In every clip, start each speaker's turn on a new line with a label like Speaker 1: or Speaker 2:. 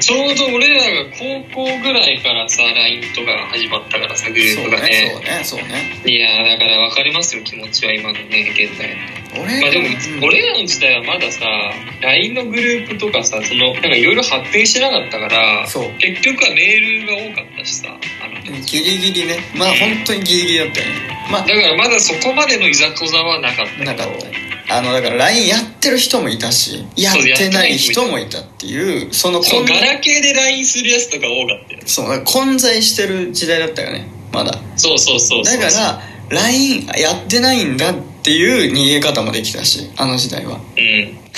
Speaker 1: ちょうど俺らが高校ぐらいからさ LINE とかが始まったからさグループがね
Speaker 2: そうねそうねそうね
Speaker 1: いやーだから分かりますよ気持ちは今のね現代
Speaker 2: 俺
Speaker 1: まあでも、
Speaker 2: うん
Speaker 1: 俺らの時代はまださ LINE のグループとかさそのなんかいろいろ発展してなかったから
Speaker 2: そう
Speaker 1: 結局はメールが多かったしさあのだ
Speaker 2: うんギリギリねまあ本当にギリギリだったよねまあ
Speaker 1: からまだそこまでのいざこざはなかったけど
Speaker 2: なかったあのだから LINE やってる人もいたしやってない人もいたっていうその
Speaker 1: そう
Speaker 2: 混
Speaker 1: ガラケーで LINE するやつとか多かったよね
Speaker 2: そうだから混在してる時代だったよねまだ
Speaker 1: そうそうそうそ
Speaker 2: だ
Speaker 1: う
Speaker 2: から LINE やってないんだっていう逃げ方もできたしあの時代は
Speaker 1: うんだ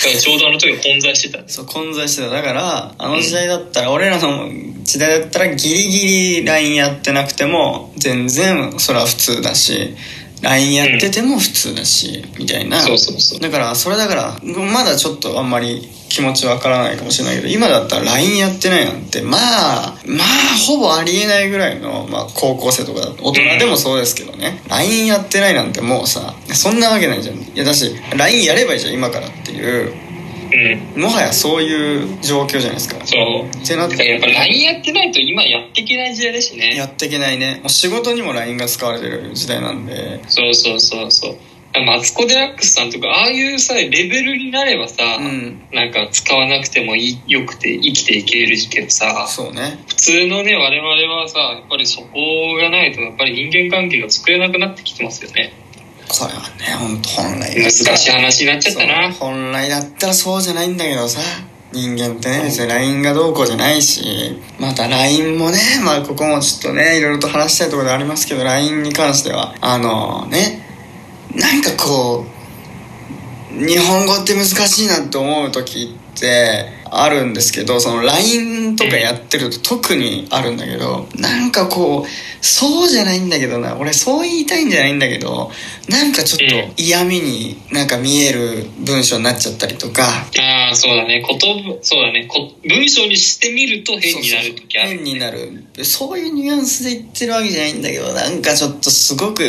Speaker 1: からちょうどあの時混在してたんです
Speaker 2: そう混在してただからあの時代だったら、俺らの時代だったらギリギリ LINE やってなくても全然それは普通だし LINE やってても普通だし、みたいな
Speaker 1: そうそうそう
Speaker 2: だからそれだからまだちょっとあんまり気持ちわからないかもしれないけど今だったら LINE やってないなんてまあまあほぼありえないぐらいの、まあ、高校生とかだ大人でもそうですけどね LINE やってないなんてもうさそんなわけないじゃんいやだし LINE やればいいじゃん今からっていう
Speaker 1: うん
Speaker 2: もはやそういう状況じゃないですかっ
Speaker 1: そう
Speaker 2: てなっ
Speaker 1: だからや
Speaker 2: て
Speaker 1: っぱ LINE やってないと今やっていけない時代だしね
Speaker 2: やっていけないねもう仕事にも LINE が使われてる時代なんで
Speaker 1: そうそうそうそうマツコ・デラックスさんとかああいうさレベルになればさ、
Speaker 2: うん
Speaker 1: なんか使わなくてもいいよくて生きていけるけどさ
Speaker 2: そうね
Speaker 1: 普通のね我々はさやっぱりそこがないとやっぱり人間関係が作れなくなってきてますよね
Speaker 2: これはね本当本来
Speaker 1: 難しい話になっちゃったな
Speaker 2: そう本来だったらそうじゃないんだけどさ人間ってね別に LINE がどうこうじゃないしまた LINE もねまあここもちょっとねいろいろと話したいところでありますけど LINE に関してはあのねなんかこう日本語って難しいなって思う時ってあるんですけどその LINE とかやってると特にあるんだけどなんかこうそうじゃないんだけどな俺そう言いたいんじゃないんだけどなんかちょっと嫌味になんか見える文章になっちゃったりとか
Speaker 1: ああそうだね言葉そうだねこ文章にしてみると変になる時あ
Speaker 2: そうそうそう
Speaker 1: る
Speaker 2: 変になるそういうニュアンスで言ってるわけじゃないんだけどなんかちょっとすごく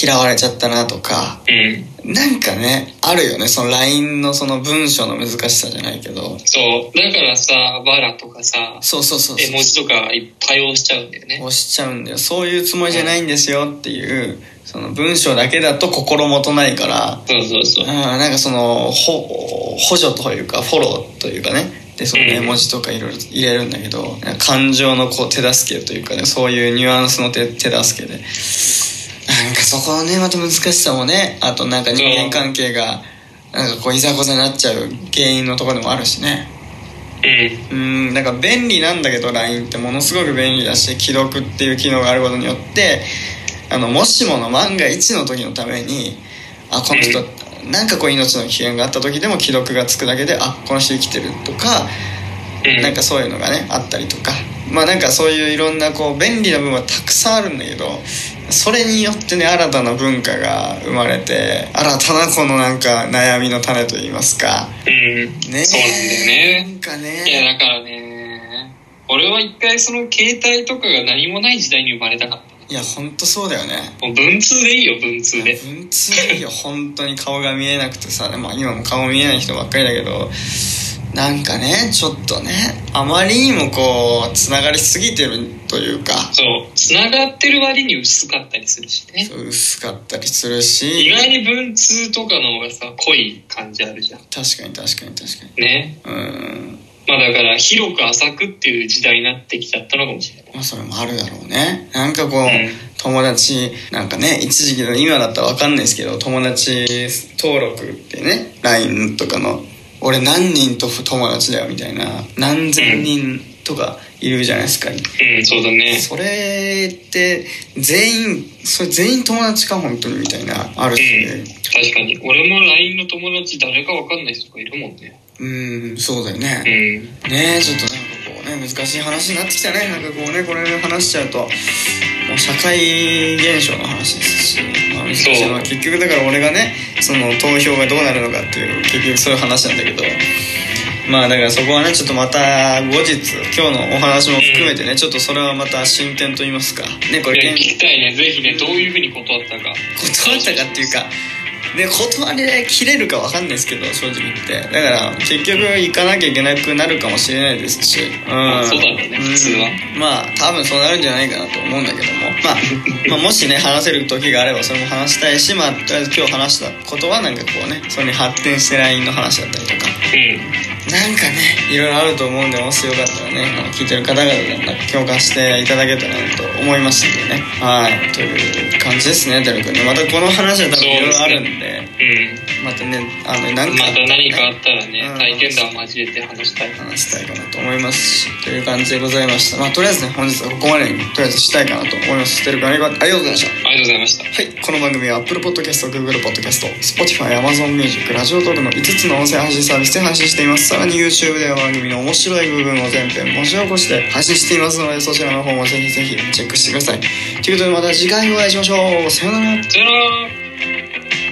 Speaker 2: 嫌われちゃったなとか
Speaker 1: うん
Speaker 2: なんかねあるよねその LINE のその文章の難しさじゃないけど
Speaker 1: そうだからさバラとかさ
Speaker 2: そうそうそう
Speaker 1: 絵
Speaker 2: そう
Speaker 1: 文字とかいっぱい押しちゃうんだよね
Speaker 2: 押しちゃうんだよそういうつもりじゃないんですよっていうその文章だけだと心もとないから
Speaker 1: そうそうそう
Speaker 2: うん、なんかそのほ補助というかフォローというかねでその
Speaker 1: うん
Speaker 2: 絵文字とかいろいろ入れるんだけどなんか感情のこう手助けというかねそういうニュアンスの手手助けでなんかそこのねまた難しさもねあとなんか人間関係がなんかこういざこざになっちゃう原因のところでもあるしね
Speaker 1: うん
Speaker 2: うんなんか便利なんだけど LINE ってものすごく便利だし既読っていう機能があることによってあのもしもの万が一の時のためにあこの人なんかこう命の危険があった時でも既読がつくだけであこの人生きてるとか
Speaker 1: うん
Speaker 2: なんかそういうのがねあったりとかまあなんかそういういろんなこう便利な部分はたくさんあるんだけどそれによってね新たな文化が生まれて新たなこのなんか悩みの種といいますか
Speaker 1: うん
Speaker 2: ね
Speaker 1: そうなんだよね
Speaker 2: なんか
Speaker 1: いや
Speaker 2: ね
Speaker 1: だからね俺は一回その携帯とかが何もない時代に生まれたかっ
Speaker 2: いやほんとそうだよね
Speaker 1: たもう文通でいいよ文通で
Speaker 2: 文通いいよ本当に顔が見えなくてさ、まあ、今も顔見えない人ばっかりだけどなんかねちょっとねあまりにもこうつながりすぎてるというか
Speaker 1: そう繋がってる割に薄かったりするしね
Speaker 2: そう薄かったりする
Speaker 1: 意
Speaker 2: し
Speaker 1: 外に文通とかの方がさ濃い感じあるじゃん
Speaker 2: 確かに確かに確かに
Speaker 1: ね
Speaker 2: うん
Speaker 1: まあだから広く浅くっていう時代になってきちゃったのかもしれない
Speaker 2: まあそれもあるだろうねなんかこう、
Speaker 1: うん
Speaker 2: 友達なんかね一時期の今だったら分かんないですけど友達登録ってね LINE とかの俺何人と友達だよみたいな何千人とかいるじゃないですか、
Speaker 1: うんそうだね
Speaker 2: それって全員それ全員友達か本当にみたいなあるし、
Speaker 1: うん確かに俺も LINE の友達誰か分かんない人がいるもんね
Speaker 2: うんそうだよね、
Speaker 1: うん
Speaker 2: ねえちょっとなんかこうね難しい話になってきたねなんかこうねこれで話しちゃうともう社会現象の話ですし、まあ、難しいのは結局だから俺がねその投票がどうなるのかっていう結局そういう話なんだけどまあだからそこはねちょっとまた後日今日のお話も含めてねちょっとそれはまた進展と言いますかねこれ
Speaker 1: いや聞
Speaker 2: 現
Speaker 1: きたいねぜひねどういうふうに断ったか
Speaker 2: 断ったかっていうかで断りで切れるか分かんないですけど正直言ってだから結局行かなきゃいけなくなるかもしれないですし、うん、そう
Speaker 1: あそうだろうね普通は
Speaker 2: まあ多分そうなるんじゃないかなと思うんだけども、まあ、まあもしね話せる時があればそれも話したいしまあとりあえず今日話したことはなんかこうねそれに発展して LINE の話だったりとかなんかねいろいろあると思うんでもしよかったらねあの聞いてる方々でなんか共感していただけたらなと思いましたんでねはいという感じですねてるくんねまたこの話は多分いろいろあるんで
Speaker 1: う
Speaker 2: またねあのなん
Speaker 1: んうん
Speaker 2: か
Speaker 1: また何かあったらね、
Speaker 2: うん
Speaker 1: 体験談を交えて話したい
Speaker 2: 話したいかなと思いますしという感じでございましたまあとりあえずね本日はここまでにとりあえずしたいかなと思いますてるくんありがありがとうございました
Speaker 1: ありがとうございました
Speaker 2: はい、この番組は Apple Podcast、Google Podcast、Spotify、Amazon Music、ラジオトークの5つの音声配信サービスで配信しています。さらに YouTube では番組の面白い部分を全編文字起こして配信していますので、そちらの方もぜひぜひチェックしてください。ということでまた次回お会いしましょう。さようなら。
Speaker 1: さよなら